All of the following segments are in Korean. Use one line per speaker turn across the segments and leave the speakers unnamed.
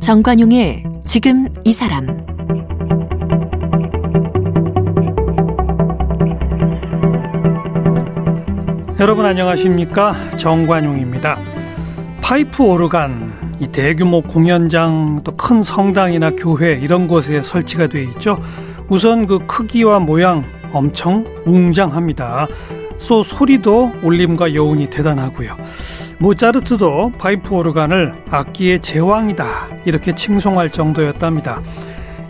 정관용의 지금 이 사람
여러분 안녕하십니까 정관용입니다. 파이프 오르간 이 대규모 공연장 또 큰 성당이나 교회 이런 곳에 설치가 돼 있죠. 우선 그 크기와 모양 엄청 웅장합니다. 소 소리도 울림과 여운이 대단하고요. 모차르트도 파이프 오르간을 악기의 제왕이다 이렇게 칭송할 정도였답니다.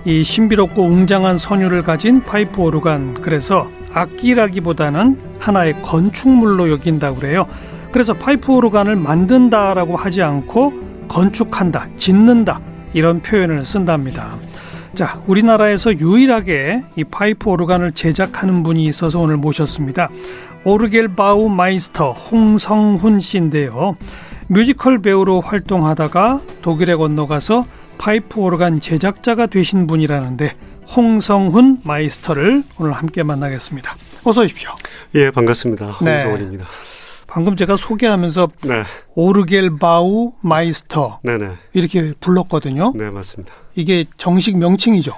이 신비롭고 웅장한 선율을 가진 파이프 오르간 그래서 악기라기보다는 하나의 건축물로 여긴다고 그래요. 그래서 파이프 오르간을 만든다라고 하지 않고 건축한다, 짓는다 이런 표현을 쓴답니다. 자, 우리나라에서 유일하게 이 파이프 오르간을 제작하는 분이 있어서 오늘 모셨습니다. 오르겔바우 마이스터 홍성훈 씨인데요. 뮤지컬 배우로 활동하다가 독일에 건너가서 파이프 오르간 제작자가 되신 분이라는데 홍성훈 마이스터를 오늘 함께 만나겠습니다. 어서 오십시오.
예, 반갑습니다.
네.
홍성원입니다.
방금 제가 소개하면서
네,
오르겔바우 마이스터
네, 네,
이렇게 불렀거든요.
네, 맞습니다.
이게 정식 명칭이죠.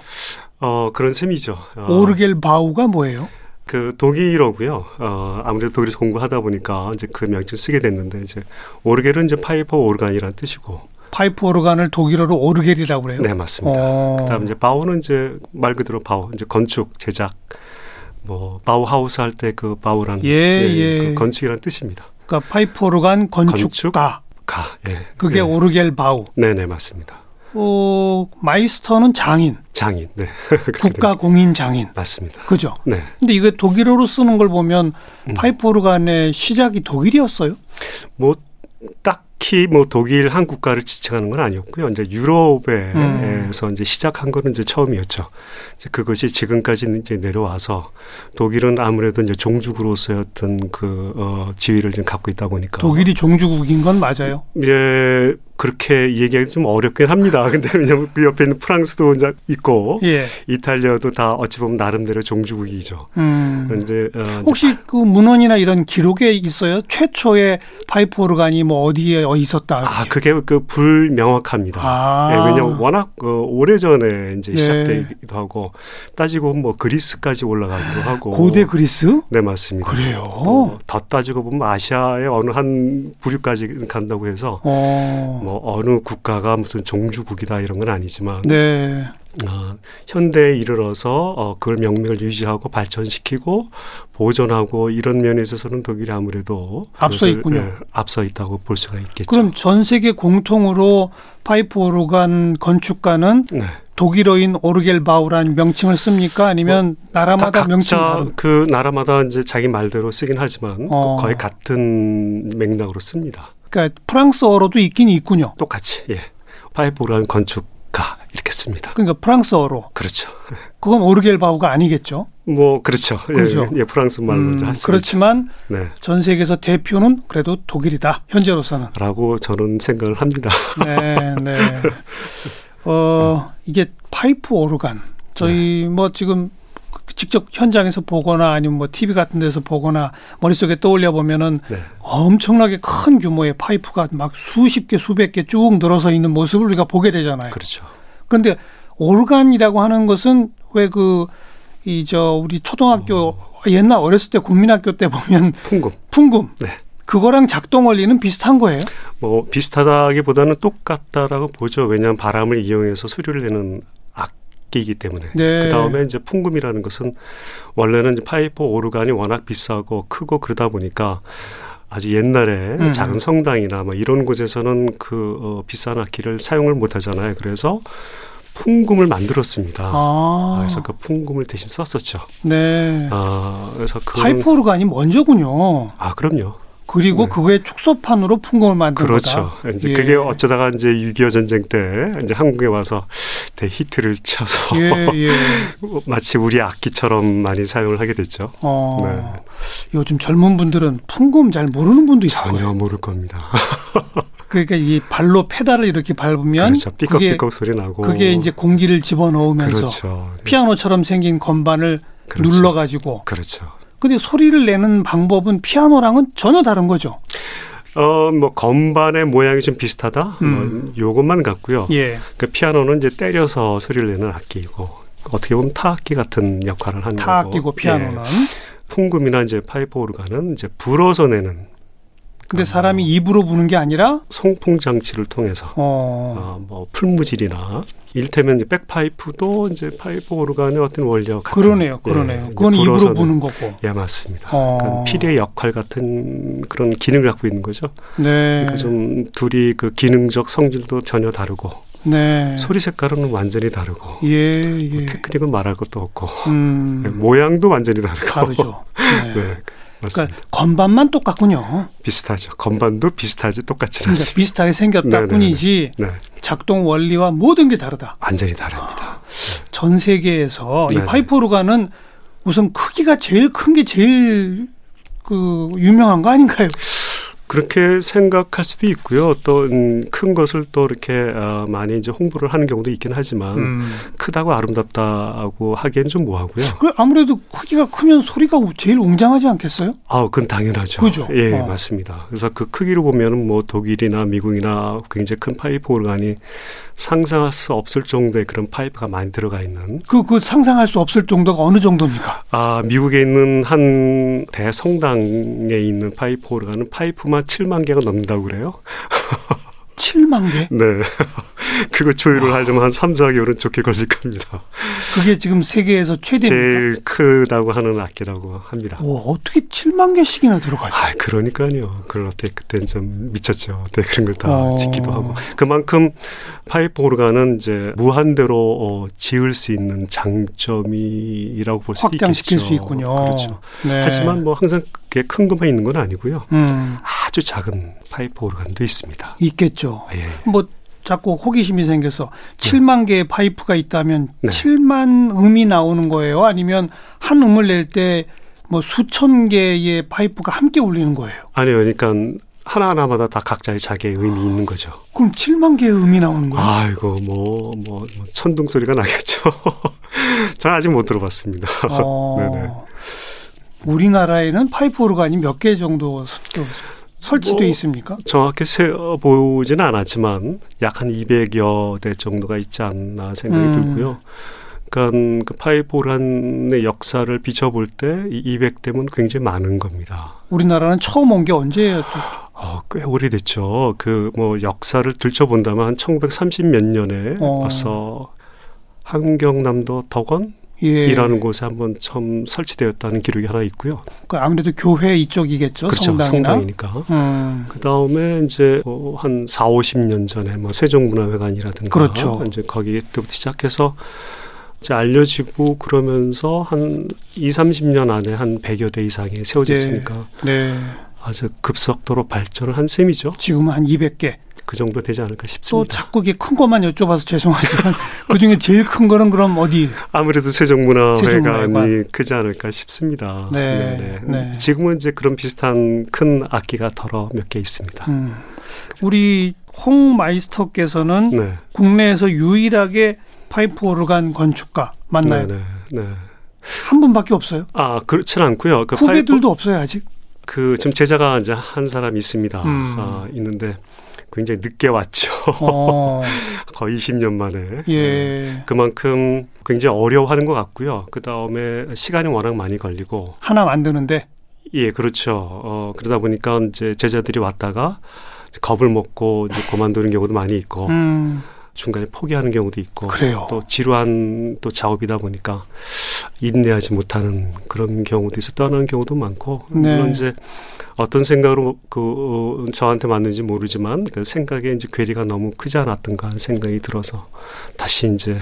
어, 그런 셈이죠. 어,
오르겔바우가 뭐예요?
그 독일어고요. 어, 아무래도 독일에서 공부하다 보니까 이제 그 명칭 쓰게 됐는데 이제 오르겔은 이제 파이퍼 오르간이라는 뜻이고,
파이프 오르간을 독일어로 오르겔이라고 그래요.
네, 맞습니다.
어.
그다음 이제 바우는 이제 말 그대로 바우, 이제 건축 제작, 뭐 바우하우스 할 때 그 바우라는
예, 예.
그 건축이라는 뜻입니다.
그러니까 파이프 오르간 건축가
가, 예,
그게
예.
오르겔바우.
네, 네, 맞습니다.
어, 마이스터는 장인,
장인, 네, 그렇게 됩니다.
국가 공인 장인.
맞습니다.
그죠?
네,
근데 이게 독일어로 쓰는 걸 보면
음.
파이프 오르간의 시작이 독일이었어요.
뭐 딱히 뭐 독일 한 국가를 지칭하는 건 아니었고요. 이제 유럽에서 이제 시작한 거는 이제 처음이었죠. 이제 그것이 지금까지 이제 내려와서 독일은 아무래도 이제 종주국으로서의 어떤 그 어, 지위를 지금 갖고 있다 보니까
독일이 종주국인 건 맞아요.
예 그렇게 얘기하기 좀 어렵긴 합니다. 근데 왜냐면 그 옆에 있는 프랑스도 이제 있고
예.
이탈리아도 다 어찌 보면 나름대로 종주국이죠.
음.
근데 어, 이제
혹시 그 문헌이나 이런 기록에 있어요? 최초의 파이프 오르간이 뭐 어디에 있었다.
아 그게 그 불명확합니다.
아.
예, 왜냐면 워낙 그 오래전에 이제
예.
시작되기도 하고 따지고 보면 뭐 그리스까지 올라가기도 하고
아, 고대 그리스?
네 맞습니다.
그래요.
또 더 따지고 보면 아시아의 어느 한 부류까지 간다고 해서
어.
뭐 어느 국가가 무슨 종주국이다 이런 건 아니지만
네.
어, 현대에 이르러서 어, 그걸 명맥을 유지하고 발전시키고 보존하고 이런 면에 있어서는 독일이 아무래도
앞서
그것을,
있군요.
예, 앞서 있다고 볼 수가 있겠죠.
그럼 전 세계 공통으로 파이프 오르간 건축가는
네.
독일어인 오르겔바우라는 명칭을 씁니까? 아니면
뭐, 다
나라마다 명칭이
그러니까 각자
다른?
그 나라마다 이제 자기 말대로 쓰긴 하지만 그
어.
거의 같은 맥락으로 씁니다.
그러니까 프랑스어로도 있긴 있군요.
똑같이 예. 파이프라는 건축가 이렇게 씁니다.
그러니까 프랑스어로.
그렇죠.
그건 오르겔바우가 아니겠죠.
뭐 그렇죠. 예,
그죠.
예, 프랑스 말로
음,
이제 쓰죠.
그렇지만
네.
전 세계에서 대표는 그래도 독일이다. 현재로서는.
라고 저는 생각을 합니다.
네, 네. 어, 이게 파이프 오르간. 저희
네.
뭐 지금 직접 현장에서 보거나 아니면 뭐 TV 같은 데서 보거나 머릿속에 떠올려 보면은
네.
엄청나게 큰 규모의 파이프가 막 수십 개, 수백 개 쭉 늘어서 있는 모습을 우리가 보게 되잖아요.
그렇죠.
그런데 오르간이라고 하는 것은 왜 그 이 저 우리 초등학교 옛날 어렸을 때 국민학교 때 보면
풍금.
풍금
음. 네.
그거랑 작동 원리는 비슷한 거예요.
뭐 비슷하다기보다는 똑같다라고 보죠. 왜냐하면 바람을 이용해서 수류를 내는 악기이기 때문에.
네.
그 다음에 이제 풍금이라는 것은 원래는 이제 파이프 오르간이 워낙 비싸고 크고 그러다 보니까 아주 옛날에
음.
작은 성당이나 뭐 이런 곳에서는 그 어, 비싼 악기를 사용을 못 하잖아요. 그래서 풍금을 만들었습니다.
아,
그래서 그 풍금을 대신 썼었죠.
네.
아, 그래서 그
파이프 오르간이 먼저군요.
아 그럼요.
그리고
네.
그거의 축소판으로 풍금을 만든
그렇죠.
거다.
이제
예.
그게 어쩌다가 이제 6.25 전쟁 때 이제 한국에 와서 대히트를 쳐서
예, 예.
마치 우리 악기처럼 많이 사용을 하게 됐죠.
어,
네.
요즘 젊은 분들은 풍금 잘 모르는 분도 있을 거예요.
전혀 모를 겁니다.
그러니까 이 발로 페달을 이렇게 밟으면
그렇죠.
예? 그게
삐걱삐걱 소리 나고.
그게 이제 공기를 집어넣으면서
그렇죠.
피아노처럼 생긴 건반을
그렇죠.
눌러가지고
그렇죠.
근데 소리를 내는 방법은 피아노랑은 전혀 다른 거죠.
어, 뭐 건반의 모양이 좀 비슷하다.
음.
뭐 요것만 같고요.
예.
그 피아노는 이제 때려서 소리를 내는 악기이고 어떻게 보면 타악기 같은 역할을 하는
타악기고
거고.
피아노는.
뭐, 예. 풍금이나 이제 파이프 오르간은 이제 불어서 내는
근데 사람이 입으로 부는 게 아니라
송풍 장치를 통해서
어.
아, 뭐 풀무질이나 일테면 이제 백파이프도 이제 파이프 오르간의 어떤 원리와 같은
그러네요.
예,
그러네요.
이제
그건 입으로
불어서는-
부는 거고.
예 맞습니다.
어.
그러니까 피리의 역할 같은 그런 기능을 갖고 있는 거죠.
네.
그러니까 좀 둘이 그 기능적 성질도 전혀 다르고
네.
소리 색깔은 완전히 다르고
예, 예.
테크닉은 말할 것도 없고
음.
예, 모양도 완전히 다르고
다르죠. 네.
네 맞습니다.
그러니까 건반만 똑같군요.
비슷하죠. 건반도 비슷하지 똑같지는
그러니까
않습니다.
비슷하게 생겼다
네, 네,
뿐이지
네
작동 원리와 모든 게 다르다.
완전히 다릅니다.
전 세계에서
네,
이
네.
파이프 오르간은 우선 크기가 제일 큰 게 제일 그 유명한 거 아닌가요?
그렇게 생각할 수도 있고요. 또 큰 것을 또 이렇게 어, 많이 이제 홍보를 하는 경우도 있긴 하지만
음.
크다고 아름답다고 하기엔 좀 뭐하고요.
그 아무래도 크기가 크면 소리가 우- 제일 웅장하지 않겠어요?
아, 그건 당연하죠.
그죠?
예,
어.
맞습니다. 그래서 그 크기로 보면은 뭐 독일이나 미국이나 굉장히 큰 파이프 오르간이 상상할 수 없을 정도의 그런 파이프가 많이 들어가 있는
그, 그 상상할 수 없을 정도가 어느 정도입니까?
아, 미국에 있는 한 대성당에 있는 파이프 오르간은 파이프만 7만 개가 넘는다고 그래요.
7만 개?
네. 그거 조율을 하려면 한 3, 4개월은 좋게 걸릴 겁니다.
그게 지금 세계에서 최대입니까?
제일 크다고 하는 악기라고 합니다.
와, 어떻게 7만 개씩이나 들어가죠?
아, 그러니까요. 그럴 때 그때는 좀 미쳤죠. 네, 그런 걸 다
어.
짓기도 하고. 그만큼 파이프 오르간은 이제 무한대로 어, 지을 수 있는 장점이라고 볼 수도 있겠죠.
확장시킬 수 있군요.
그렇죠.
네.
하지만 뭐 항상 그게 큰 것만 있는 건 아니고요.
음,
아주 작은 파이프 오르간도 있습니다.
있겠죠.
아, 예.
뭐 자꾸 호기심이 생겨서 7만 개의 파이프가 있다면
네.
7만 음이 나오는 거예요? 아니면 한 음을 낼 때 뭐 수천 개의 파이프가 함께 울리는 거예요?
아니요. 그러니까 하나하나마다 다 각자의 자기의 의미 있는 거죠.
그럼 7만 개의 음이 나오는 거예요?
아이고 뭐뭐 뭐, 뭐 천둥 소리가 나겠죠. 저는 아직 못 들어봤습니다.
어,
네네.
우리나라에는 파이프 오르간이 몇 개 정도 서- 또 설치돼
뭐,
있습니까?
정확히 세어보지는 않았지만 약 한 200여 대 정도가 있지 않나 생각이
음.
들고요. 그러니까 그 파이보란의 역사를 비춰볼 때 이 200대면 굉장히 많은 겁니다.
우리나라는 처음 온 게 언제였죠?
어, 꽤 오래됐죠. 그 뭐 역사를 들춰본다면 한 1930몇 년에
어.
와서 한경남도 덕원이라는
예.
곳에 한번 처음 설치되었다는 기록이 하나 있고요.
그 아무래도 교회 이쪽이겠죠.
그렇죠.
성당이나.
니까
음.
그 다음에 이제 어, 한 4, 50년 전에 뭐 세종문화회관이라든가
그렇죠.
이제 거기 때부터 시작해서 이제 알려지고 그러면서 한 2, 30년 안에 한 100여 대 이상이 세워졌으니까
네.
아주 급속도로 발전을 한 셈이죠.
지금은 한 200개.
그 정도 되지 않을까
또
싶습니다.
자꾸 이게 큰 것만 여쭤봐서 죄송하지만 그 중에 제일 큰 거는 그럼 어디?
아무래도 세종문화회관이
세종문화회관.
크지 않을까 싶습니다.
네, 네.
지금은 이제 그런 비슷한 큰 악기가 더러 몇 개 있습니다.
음. 우리 홍 마이스터께서는
네.
국내에서 유일하게 파이프 오르간 건축가 맞나요?
네, 네, 네.
한 분밖에 없어요.
아, 그렇진 않고요. 그 파이프-
후배들도 없어요 아직.
그 지금 제자가 이제 한 사람 있습니다.
음.
아, 있는데 굉장히 늦게 왔죠.
어,
거의 20년 만에. 네.
예.
그만큼 굉장히 어려워하는 것 같고요. 그 다음에 시간이 워낙 많이 걸리고,
하나 만드는데
예, 그렇죠. 어, 그러다 보니까 이제 제자들이 왔다가 이제 겁을 먹고 이제 그만두는 경우도 많이 있고,
음, 그렇죠.
중간에 포기하는 경우도 있고,
그래요.
어, 또 지루한 또 작업이다 보니까 인내하지 못하는 그런 경우도 있어 떠나는 경우도 많고
네.
물론 이제 어떤 생각으로 그 어, 저한테 맞는지 모르지만 그 생각에 이제 괴리가 너무 크지 않았던가 하는 생각이 들어서 다시 이제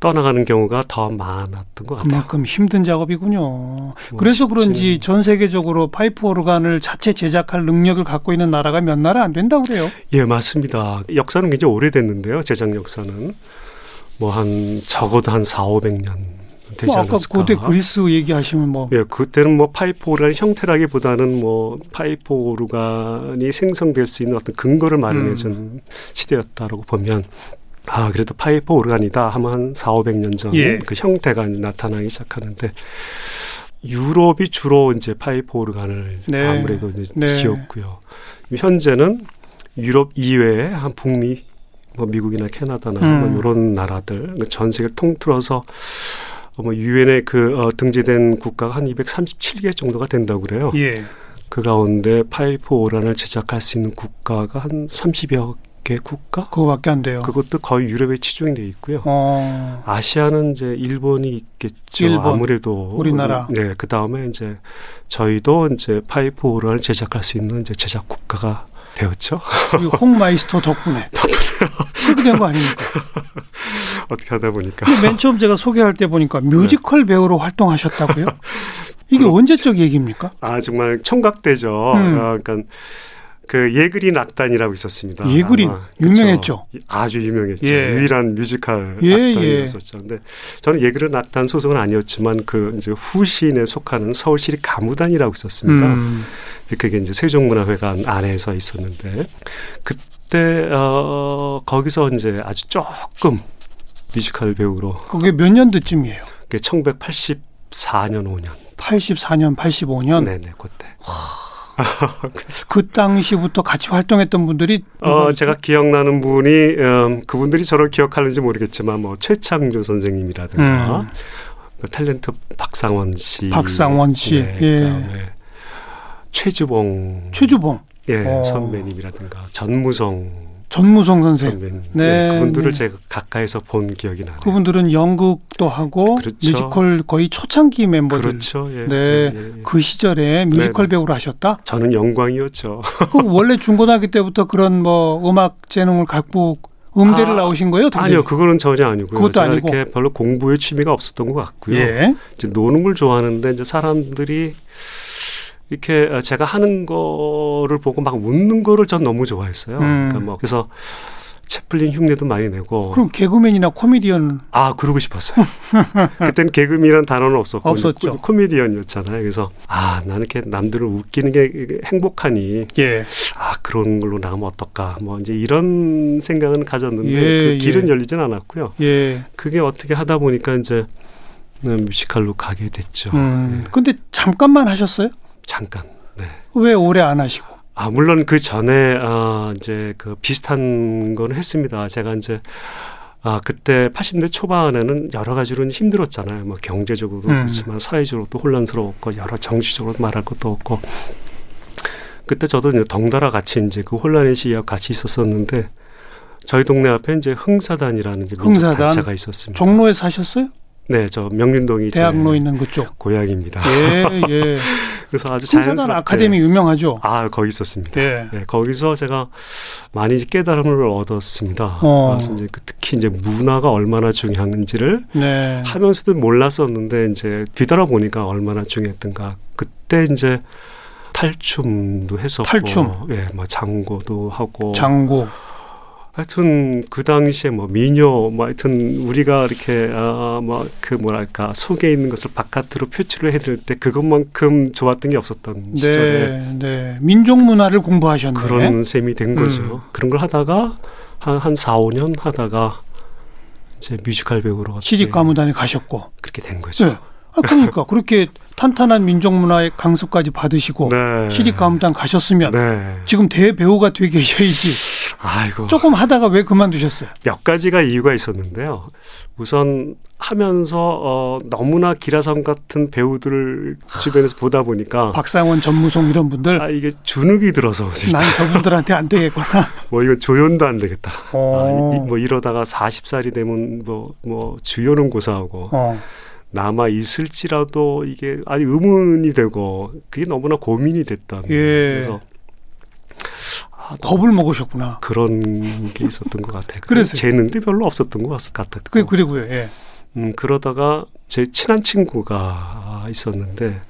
떠나가는 경우가 더 많았던 것 같아요.
그만큼 힘든 작업이군요.
뭐
네. 그래서
쉽지는-
그런지 전 세계적으로 파이프 오르간을 자체 제작할 능력을 갖고 있는 나라가 몇 나라 안 된다고 그래요. 뭐
예 맞습니다. 역사는 굉장히 오래됐는데요. 제작 역사는 뭐 한 적어도 한 4, 500년 되지
뭐 아까
않았을까.
고대 그리스 얘기하시면 뭐
예, 그때는 뭐 파이프 오르간 형태라기보다는 뭐 파이프 오르간이 생성될 수 있는 어떤 근거를 마련해준
음.
시대였다라고 보면 아 그래도 파이프 오르간이다 하면 한 4, 500년 전 그
예.
형태가 나타나기 시작하는데 유럽이 주로 이제 파이프 오르간을
네.
아무래도 이제
네.
지었고요. 현재는 유럽 이외에 한 북미, 뭐 미국이나 캐나다나
음.
뭐 이런 나라들 전 세계 를 통틀어서 뭐 유엔에 그 어, 등재된 국가가 한 237개 정도가 된다고 그래요.
예.
그 가운데 파이프 오란을 제작할 수 있는 국가가 한 30여 개 국가?
그거밖에 안 돼요.
그것도 거의 유럽에 치중이 돼 있고요.
어.
아시아는 이제 일본이 있겠죠.
일본,
아무래도
우리나라.
네, 그 다음에 이제 저희도 이제 파이프 오란을 제작할 수 있는 이제 제작 국가가 되었죠.
우리 홍마이스터 덕분에. 소개된 거 아닙니까?
어떻게 하다 보니까
근데 맨 처음 제가 소개할 때 보니까 뮤지컬 배우로 활동하셨다고요? 이게 언제적 얘기입니까?
아 정말 청각대죠.
음.
아, 그러니까 그 예그린 악단이라고 있었습니다.
예그린,
아마,
유명했죠.
그쵸. 아주 유명했죠.
예.
유일한 뮤지컬
예,
악단이었었죠. 근데 저는 예그린 악단 소속은 아니었지만 그 이제 후신에 속하는 서울시립 가무단이라고 있었습니다.
음.
이제 그게 이제 세종문화회관 안에서 있었는데 그때 어 거기서 이제 아주 조금 뮤지컬 배우로
그러니까 그게 몇 년도쯤이에요?
그게 1984년 5년
84년, 85년
네네 그때
그 당시부터 같이 활동했던 분들이
어,
누구였죠?
제가 기억나는 분이 음, 그분들이 저를 기억하는지 모르겠지만 뭐 최창조 선생님이라든가
음.
그 탤런트 박상원 씨,
박상원 씨,
네,
예.
그다음에 최주봉
최주봉,
예,
어.
선배님이라든가 전무성
전무성 선생
선배님
네,
예, 그분들을
네.
제가 가까이서 본 기억이 나네요.
그분들은 연극도 하고
그렇죠.
뮤지컬 거의 초창기 멤버들
그렇죠. 예.
네.
예, 예, 예.
그 시절에 뮤지컬
네.
배우로 하셨다.
저는 영광이었죠.
그 원래 중고등학교 때부터 그런 뭐 음악 재능을 갖고 음대를
아,
나오신 거예요? 당연히?
아니요, 그거는 전혀 아니고요.
그것도
제가
아니고.
이렇게 별로 공부에 취미가 없었던 것 같고요.
예.
이제 노는 걸 좋아하는데 이제 사람들이 이렇게 제가 하는 거를 보고 막 웃는 거를 전 너무 좋아했어요.
음.
그러니까 뭐 그래서 채플린 흉내도 많이 내고
그럼 개그맨이나 코미디언
아 그러고 싶었어요. 그때는 개그맨이란 단어는 없었고
없었죠.
이제 코- 코미디언이었잖아요. 그래서 아 나는 이렇게 남들을 웃기는 게 행복하니
예.
아 그런 걸로 나가면 어떨까 뭐 이제 이런 생각은 가졌는데
예,
그 길은
예.
열리진 않았고요.
예. 그게
그게 어떻게 하다 보니까 이제 네, 뮤지컬로 가게 됐죠.
음.
예,
근데 잠깐만 하셨어요?
잠깐. 네.
왜 오래 안 하시고?
아 물론 그 전에 아 이제 그 비슷한 거는 했습니다. 제가 이제 아 그때 80대 초반에는 여러 가지로는 힘들었잖아요. 뭐 경제적으로도
음.
그렇지만 사회적으로도 혼란스러웠고 여러 정치적으로도 말할 것도 없고 그때 저도 이제 덩달아 같이 이제 그 혼란의 시기와 같이 있었었는데 저희 동네 앞에 이제 흥사단이라는 이제 민족
흥사단?
단체가 있었습니다.
종로에 사셨어요?
네, 저 명륜동이 제
대학로 있는 그쪽.
고향입니다.
예, 예.
그래서 아주
신사단
자연스럽게
아카데미 유명하죠.
아 거기 있었습니다.
네.
네, 거기서 제가 많이 깨달음을 얻었습니다.
어.
그래서 이제 그 특히 이제 문화가 얼마나 중요한지를
네.
하면서도 몰랐었는데 이제 뒤돌아보니까 얼마나 중요했던가. 그때 이제 탈춤도 했었고,
탈춤.
예, 뭐 장고도 하고,
장고.
하여튼 그 당시에 뭐 미녀, 뭐 하여튼 우리가 이렇게 아뭐그 뭐랄까 속에 있는 것을 바깥으로 표출을 해드릴 때 그것만큼 좋았던 게 없었던 시절에
네, 네. 민족 문화를 공부하셨네.
그런 셈이 된 거죠.
음.
그런 걸 하다가 한, 한 4, 5년 하다가 이제 뮤지컬 배우로 어떻게
시립 가무단에 가셨고.
네. 그렇게 된 거죠.
네. 아, 그러니까 그렇게 탄탄한 민족 문화의 강습까지 받으시고
네.
뭐, 시립 가무단 가셨으면
네.
지금 대배우가 되계셔야지
아이고.
조금 하다가 왜 그만두셨어요?
몇 가지가 이유가 있었는데요. 우선 하면서 어, 너무나 기라성 같은 배우들을 주변에서 보다 보니까
아, 박상원, 전무송 이런 분들
아 이게 주눅이 들어서
난 저분들한테 안 되겠구나.
뭐 이거 조연도 안 되겠다.
어.
아, 이, 뭐 이러다가 40살이 되면 뭐 뭐 주연은 고사하고
어.
남아 있을지라도 이게 아니 의문이 되고 그게 너무나 고민이 됐다.
예.
그래서
겁을 먹으셨구나.
그런 게 있었던 것 같아요.
그래서-
재능도 별로 없었던 것 같- 같았고
그 그리고요. 예.
음, 그러다가 제 친한 친구가 있었는데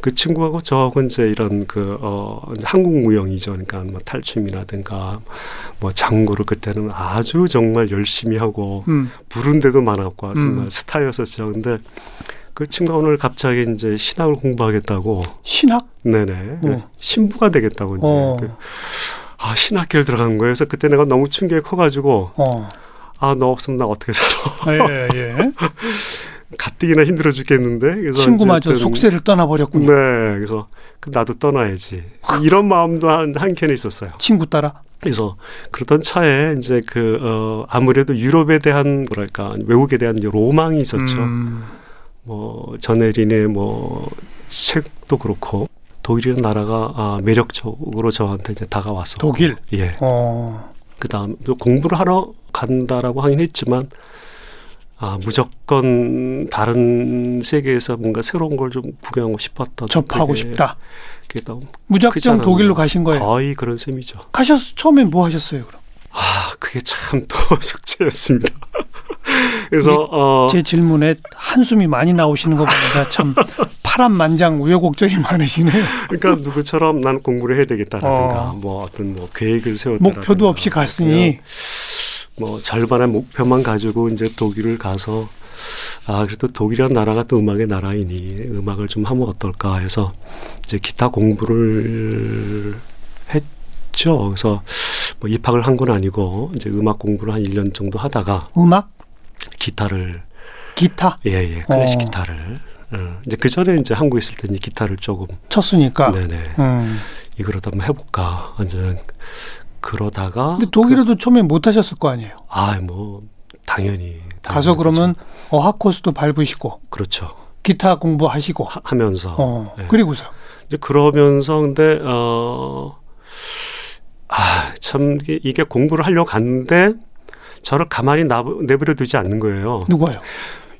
그 친구하고 저하고 이제 이런 그 어, 한국 무용이죠. 그러니까 뭐 탈춤이라든가 뭐 장구를 그때는 아주 정말 열심히 하고
음.
부른 데도 많았고 정말
음.
스타였었죠. 근데 그 친구가 오늘 갑자기 이제 신학을 공부하겠다고
신학?
네네
어.
신부가 되겠다고 이제
어.
그, 아 신학교를 들어간 거예요. 그래서 그때 내가 너무 충격에 커가지고
어.
아 너 없으면 나 어떻게 살아?
예, 예.
가뜩이나 힘들어 죽겠는데 그래서
친구마저
어쨌든
속세를 떠나버렸군요.
네, 그래서 그 나도 떠나야지 이런 마음도 한 한켠에 있었어요.
친구 따라.
그래서 그러던 차에 이제 그 어, 아무래도 유럽에 대한 뭐랄까 외국에 대한 이제 로망이 있었죠.
음.
뭐 전혜린의 뭐 책도 그렇고 독일이라는 나라가 아, 매력적으로 저한테 이제 다가왔어.
독일.
예.
어.
그다음 또 공부를 하러 간다라고 하긴 했지만 아 무조건 다른 세계에서 뭔가 새로운 걸 좀 구경하고 싶었던
접하고
되게
싶다. 네.
그게 또
무작정
그렇잖아요.
독일로 가신 거예요.
거의 그런 셈이죠.
가셨 처음엔 뭐 하셨어요? 그럼
아 그게 참 또 숙제였습니다. 그래서 어
제 질문에 한숨이 많이 나오시는 거 보니까 참 파란만장 우여곡절이 많으시네요.
그러니까 누구처럼 난 공부를 해야 되겠다라든가
어.
뭐 어떤 뭐 계획을 세웠다
목표도 없이 갔으니
그렇죠. 뭐 절반의 목표만 가지고 이제 독일을 가서 아 그래도 독일이란 나라가 또 음악의 나라이니 음악을 좀 하면 어떨까 해서 이제 기타 공부를 했죠. 그래서 뭐 입학을 한 건 아니고 이제 음악 공부를 한 1년 정도 하다가
음악,
기타를
기타
예예 클래식
어.
기타를 어, 이제 그 전에 이제 한국에 있을 때 이제 기타를 조금
쳤으니까.
네네
음.
이거라도 한번 해볼까 완전 그러다가 그,
근데 독일에도 처음엔 못 하셨을 거 아니에요.
아뭐 당연히
가서
당연히
그러면
그렇죠.
어학 코스도 밟으시고
되죠. 그렇죠.
기타 공부하시고
하- 하면서
어.
예.
그리고서
이제 그러면서 근데 어. 아, 참, 이게- 이게 공부를 하려고 갔는데, 저를 가만히 나, 내버려 두지 않는 거예요.
누구예요?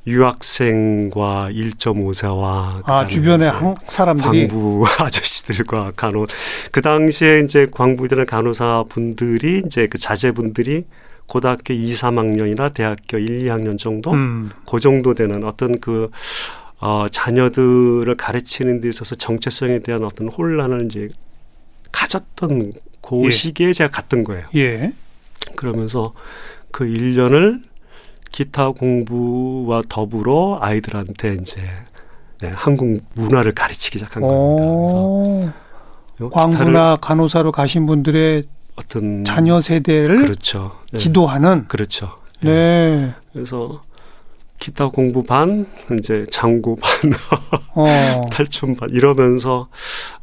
유학생과 1.5세와.
아 주변에 한 사람들이
광부 아저씨들과 간호. 그 당시에 이제 광부들이나 간호사 분들이, 이제 그 자제분들이 고등학교 2, 3학년이나 대학교 1, 2학년 정도?
음.
그 정도 되는 어떤 그 어, 자녀들을 가르치는 데 있어서 정체성에 대한 어떤 혼란을 이제 가졌던 그
예.
시기에 제가 갔던 거예요.
예.
그러면서 그 1년을 기타 공부와 더불어 아이들한테 이제 네, 한국 문화를 가르치기 시작한 겁니다.
어.
그래서 기타를
광부나 간호사로 가신 분들의
어떤
자녀 세대를
그렇죠. 네,
지도하는
그렇죠. 예.
네.
그래서 기타 공부 반 이제 장구 반
어.
탈춤반 이러면서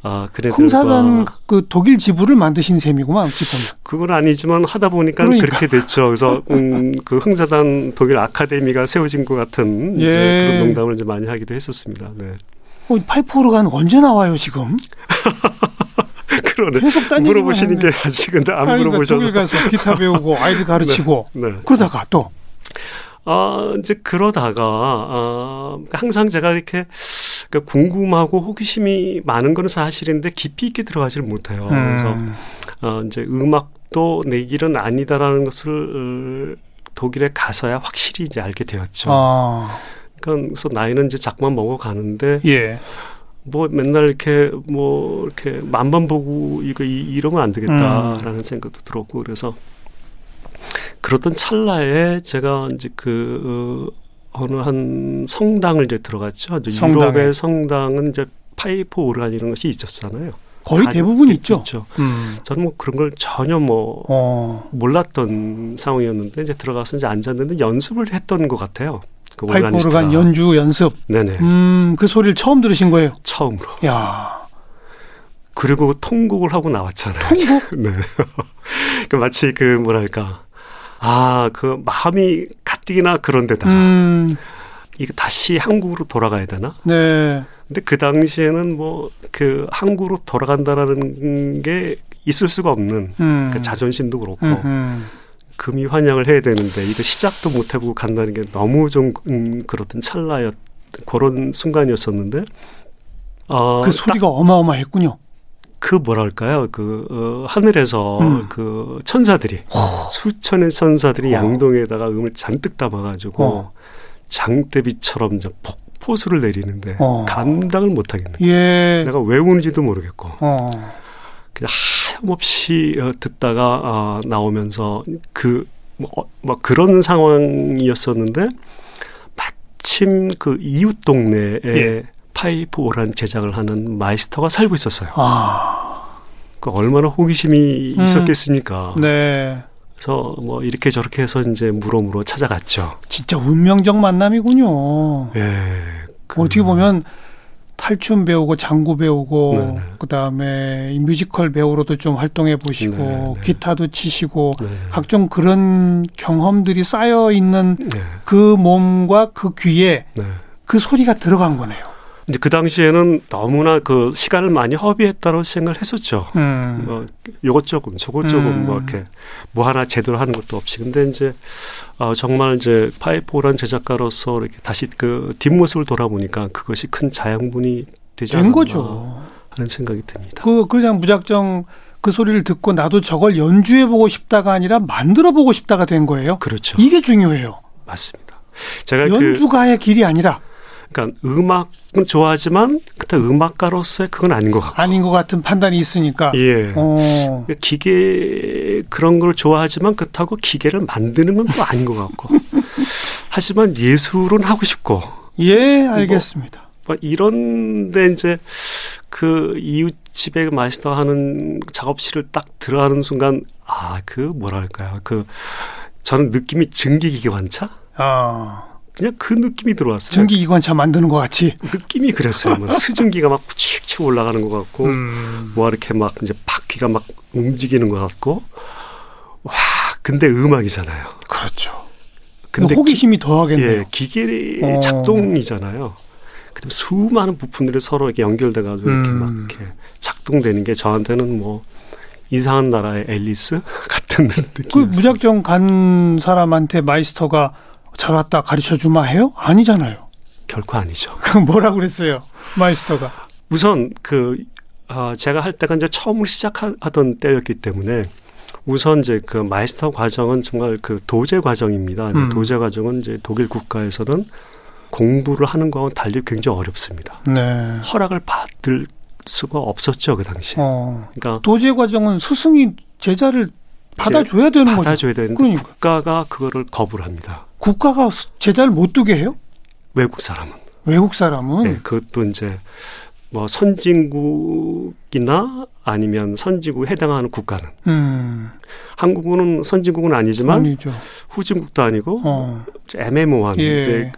아 그네들과
홍사단 그 독일 지부를 만드신 셈이구만 어찌 보면.
그건 아니지만 하다 보니까
그러니까.
그렇게 됐죠. 그래서 음그 흥사단 독일 아카데미가 세워진 것 같은 이제
예.
그런 농담을 이제 많이 하기도 했었습니다. 네.
어, 파이프 오르간 언제 나와요 지금?
그러네.
계속 딴
물어보시는
얘기만
게 아직 근데 안
하는데. 그러니까
물어보셔서
독일 가서 기타 배우고 아이들 가르치고
네.
그러다가 또
아 이제 그러다가 아 항상 제가 이렇게 그러니까 궁금하고 호기심이 많은 건 사실인데 깊이 있게 들어가지를 못해요. 그래서
음.
어, 이제 음악도 내 길은 아니다라는 것을 어, 독일에 가서야 확실히 이제 알게 되었죠.
아,
그러니까 그래서 나이는 이제 자꾸만 먹어 가는데
예.
뭐 맨날 이렇게 뭐 이렇게 만만 보고 이거 이, 이러면 안 되겠다라는
음.
생각도 들었고 그래서 그러던 찰나에 제가 이제 그 어, 어느 한 성당을 이제 들어갔죠. 이제
성당에.
유럽의 성당은 이제 파이프 오르간 이런 것이 있었잖아요.
거의
다
대부분 있죠.
있죠.
음.
저는 뭐 그런 걸 전혀 뭐
어.
몰랐던 상황이었는데 이제 들어가서 이제 앉았는데 연습을 했던 것 같아요. 그
파이프
오르가니스트가.
오르간 연주 연습.
네네
음, 그 소리를 처음 들으신 거예요.
처음으로
야.
그리고 통곡을 하고 나왔잖아요.
통곡?
네. 그 마치 그 뭐랄까 아 그 마음이 가뜩이나 그런데다가
음.
이거 다시 한국으로 돌아가야 되나?
네.
근데 그 당시에는 뭐 그 한국으로 돌아간다라는 게 있을 수가 없는
음.
그 자존심도 어. 그렇고
음, 음.
금이 환영을 해야 되는데 이거 시작도 못 해보고 간다는 게 너무 좀 음, 그렇던 찰나였 그런 순간이었었는데 어,
그 소리가 어마어마했군요.
그 뭐랄까요 그 어, 하늘에서
음.
그 천사들이 수천의 천사들이
어.
양동에다가 음을 잔뜩 담아가지고
어.
장대비처럼 이제 폭포수를 내리는데
어.
감당을 못하겠네.
예.
내가 왜 우는지도 모르겠고
어.
그냥 하염없이 어, 듣다가 아, 나오면서 그, 뭐, 어, 뭐 그런 상황이었었는데 마침 그 이웃 동네에
예.
파이프 오란 제작을 하는 마이스터가 살고 있었어요.
아.
그 얼마나 호기심이
음.
있었겠습니까?
네.
그래서 뭐 이렇게 저렇게 해서 이제 무rom으로 찾아갔죠.
진짜 운명적 만남이군요.
예. 그-
어떻게 보면 탈춤 배우고 장구 배우고
네, 네.
그다음에 이 뮤지컬 배우로도 좀 활동해 보시고
네, 네.
기타도 치시고
네.
각종 그런 경험들이 쌓여 있는
네.
그 몸과 그 귀에
네.
그 소리가 들어간 거네요.
이제 그 당시에는 너무나 그 시간을 많이 허비했다고 생각을 했었죠.
음.
뭐 요것 조금 저것 조금
음.
뭐 이렇게 뭐 하나 제대로 하는 것도 없이 근데 이제 어, 정말 이제 파이포란 제작가로서 이렇게 다시 그 뒷모습을 돌아보니까 그것이 큰 자양분이 되지
된
않았나
거죠.
하는 생각이 듭니다.
그 그냥 무작정 그 소리를 듣고 나도 저걸 연주해 보고 싶다가 아니라 만들어 보고 싶다가 된 거예요.
그렇죠.
이게 중요해요.
맞습니다. 제가 그
연주가의 길이 아니라
그러니까 음악은 좋아하지만 그때 음악가로서의 그건 아닌 것 같고
아닌 것 같은 판단이 있으니까.
예.
아, 어.
그러니까 기계 그런 걸 좋아하지만 그렇다고 기계를 만드는 건 또 아닌 것 같고 하지만 예술은 하고 싶고
예, 알겠습니다.
뭐 이런데 이제 그 이웃집에 마스터하는 작업실을 딱 들어가는 순간 아 그 뭐랄까요 그 저는 느낌이 증기기계 관차
아,
그냥 그 느낌이 들어왔어요.
전기 기관차 만드는 것 같이.
느낌이 그랬어요. 뭐 수증기가 막 치익치익 올라가는 것 같고
음.
뭐 이렇게 막 이제 바퀴가 막 움직이는 것 같고 와 근데 음악이잖아요.
그렇죠. 근데
근데
호기심이
기,
더하겠네요.
예, 기계
어.
의 작동이잖아요. 그다음 수많은 부품들이 서로 이렇게 연결돼 가지고 이렇게
음.
막 이렇게 작동되는 게 저한테는 뭐 이상한 나라의 앨리스 같은 느낌.
그 무작정 간 사람한테 마이스터가 잘 왔다 가르쳐 주마 해요? 아니잖아요.
결코 아니죠.
그럼 뭐라고 그랬어요? 마이스터가.
우선 그 아, 제가 할 때가 이제 처음 시작하던 때였기 때문에 우선 이제 그 마이스터 과정은 정말 그 도제 과정입니다. 이제
음.
도제 과정은 이제 독일 국가에서는 공부를 하는 거와는 달리 굉장히 어렵습니다.
네.
허락을 받을 수가 없었죠 그 당시. 에
어.
그러니까
도제 과정은 스승이 제자를 받아줘야 되는 거죠.
받아줘야 되는데
그러니까.
국가가 그거를 거부를 합니다.
국가가 스- 제자를 못 두게 해요?
외국 사람은.
외국 사람은
예, 그것도 이제 뭐 선진국이나 아니면 선진국에 해당하는 국가는
음,
한국은 선진국은 아니지만
아니죠.
후진국도 아니고
어,
애매모호한
예.
이제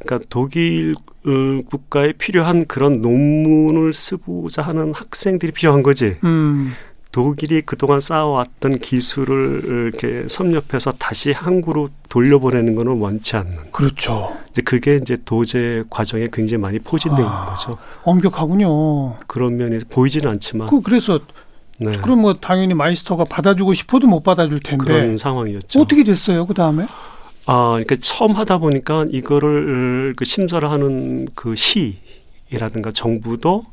그러니까 독일 어, 국가에 필요한 그런 논문을 쓰고자 하는 학생들이 필요한 거지.
음,
독일이 그동안 쌓아왔던 기술을 이렇게 섭렵해서 다시 한국으로 돌려보내는 거는 원치 않는.
그렇죠.
이제 그게 이제 도제 과정에 굉장히 많이 포진되어 있는
아.
거죠.
엄격하군요.
그런 면에서 보이지는 않지만
그 그래서
네,
그럼 뭐 당연히 마이스터가 받아주고 싶어도 못 받아줄 텐데
그런 상황이었죠.
어떻게 됐어요 그 다음에?
아, 그러니까 처음 하다 보니까 이거를 그 심사를 하는 그 시라든가 정부도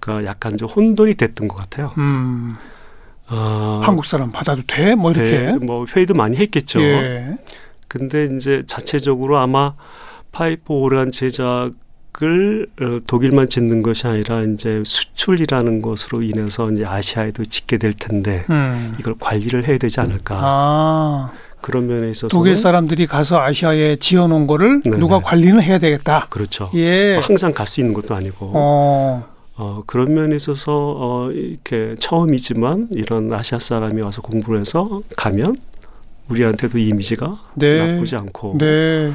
그 약간 좀 혼돈이 됐던 것 같아요.
음,
아,
한국 사람 받아도 돼? 뭐
네,
이렇게.
뭐 회의도 많이 했겠죠.
예.
근데 이제 자체적으로 아마 파이프 오란 제작을 어, 독일만 짓는 것이 아니라 이제 수출이라는 것으로 인해서 이제 아시아에도 짓게 될 텐데
음.
이걸 관리를 해야 되지 않을까
아,
그런 면에 있어서
독일 사람들이 가서 아시아에 지어놓은 거를
네네.
누가 관리는 해야 되겠다.
그렇죠.
예.
항상 갈 수 있는 것도 아니고
어,
어, 그런 면에 있어서 어, 이렇게 처음이지만 이런 아시아 사람이 와서 공부를 해서 가면 우리한테도 이미지가
네.
나쁘지 않고
네.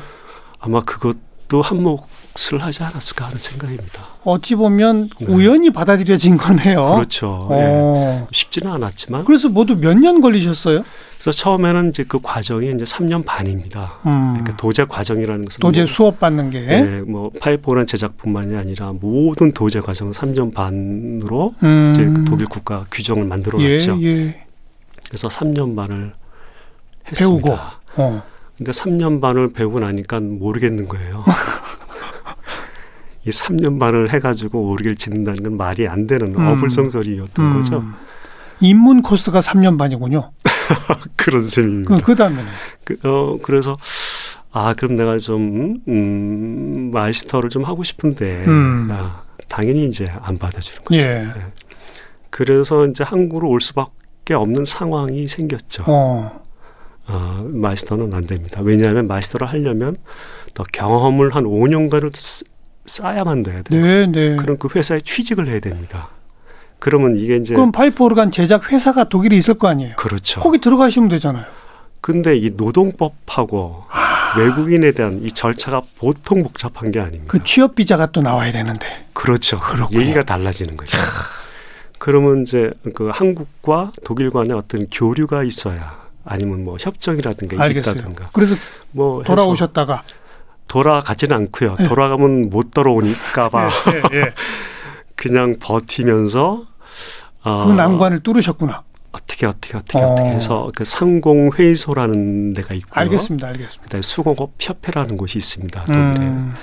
아마 그것도 한몫을 하지 않았을까 하는 생각입니다.
어찌 보면
네.
우연히 받아들여진 거네요.
그렇죠. 예.
어.
쉽지는 않았지만
그래서 모두 몇 년 걸리셨어요?
그래서 처음에는 이제 그 과정이 이제 3년 반입니다.
음.
그러니까 도제 과정이라는 것은
도제
뭐,
수업 받는 게.
예, 뭐 파이프라는 제작뿐만이 아니라 모든 도제 과정은 3년 반으로
음.
이제 그 독일 국가 규정을 만들어
예,
놨죠.
예.
그래서 3년 반을 했습니다.
배우고.
음.
어.
근데 3년 반을 배우고 나니까 모르겠는 거예요. 이 3년 반을 해가지고 오르기를 짓는다는 건 말이 안 되는
음.
어불성설이었던
음.
거죠.
입문 코스가 3년 반이군요.
그런 셈입니다.
그, 그 다음에는.
그, 어, 그래서 아 그럼 내가 좀 음, 마이스터를 좀 하고 싶은데
음.
아, 당연히 이제 안 받아주는 거죠.
예.
그래서 이제 한국으로 올 수밖에 없는 상황이 생겼죠.
어.
아, 마스터는 안 됩니다. 왜냐하면 마스터를 하려면 더 경험을 한 5년간을 쓰- 쌓아야만 돼야 돼요.
네, 네.
그럼 그 회사에 취직을 해야 됩니다. 그러면 이게 이제
그럼 파이프 오르간 제작 회사가 독일에 있을 거 아니에요.
그렇죠.
거기 들어가시면 되잖아요.
근데 이 노동법하고 외국인에 대한 이 절차가 보통 복잡한 게 아닙니다.
아. 그 취업 비자가 또 나와야 되는데.
그렇죠. 얘기가 달라지는 거죠. 그러면 이제 그 한국과 독일 간의 어떤 교류가 있어야 아니면 뭐 협정이라든가
알겠어요.
있다든가
그래서
뭐 해서
돌아오셨다가
돌아가지는 않고요. 돌아가면 못 돌아오니까봐
예, 예.
그냥 버티면서 아,
그 난관을 뚫으셨구나.
어떻게 어떻게 어떻게
어.
어떻게 해서 그 상공회의소라는 데가 있고요.
알겠습니다, 알겠습니다.
그다음에 수공업 협회라는 곳이 있습니다. 독일에.
음,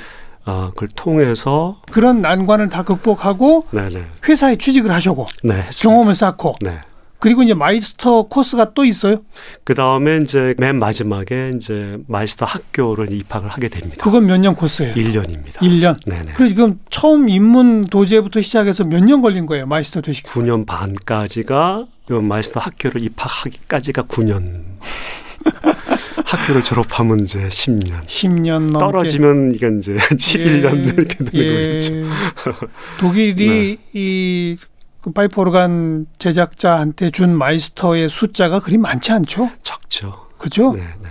아, 그걸 통해서
그런 난관을 다 극복하고
네네
회사에 취직을 하시고
네 했습니다.
경험을 쌓고
네.
그리고 이제 마이스터 코스가 또 있어요.
그 다음에 이제 맨 마지막에 이제 마이스터 학교를 입학을 하게 됩니다.
그건 몇 년 코스예요?
1년입니다.
1년.
네네.
그래서 지금 처음 입문 도제부터 시작해서 몇 년 걸린 거예요, 마이스터 되시기?
9년 반까지가 그 마이스터 학교를 입학하기까지가 9년. 학교를 졸업하면 이제 10년.
10년 넘게.
떨어지면 이건 이제 11년
예,
이렇게 되는 거겠죠. 네.
독일이 이그 파이프 오르간 제작자한테 준 마이스터의 숫자가 그리 많지 않죠?
적죠.
그죠?
네, 네.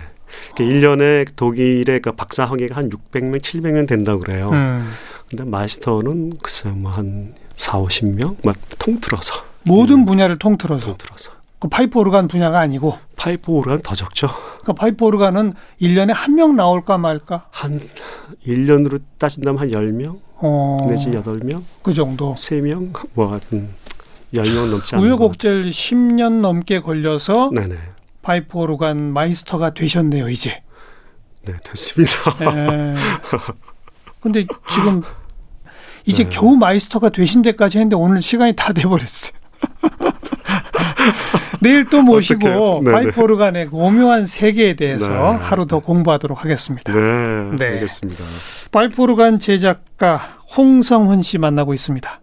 그 1년에 독일의 그 박사 학위가 한 600명, 700명 된다고 그래요.
음.
근데 마이스터는 글쎄요, 뭐한 4, 50명? 막 통틀어서. 음.
모든 분야를 통틀어서
통틀어서.
그 파이프 오르간 분야가 아니고
파이프 오르간 더 적죠.
그러니까 파이프 오르간은 1년에 한 명 나올까 말까?
한 1년으로 따진다면 한 10명,
어.
내지 8명,
그 정도.
3명, 뭐 하여튼 10명 넘지 않는 것
우여곡절 10년 넘게 걸려서
같아요. 네네.
파이프 오르간 마이스터가 되셨네요, 이제.
네, 됐습니다.
예. 근데 지금 이제
네.
겨우 마이스터가 되신 데까지 했는데 오늘 시간이 다 돼버렸어요. 내일 또 모시고
어떡해요? 네네.
파이프 오르간의 그 오묘한 세계에 대해서
네.
하루 더 공부하도록 하겠습니다.
네,
네.
알겠습니다.
파이프 오르간 제작가 홍성훈 씨 만나고 있습니다.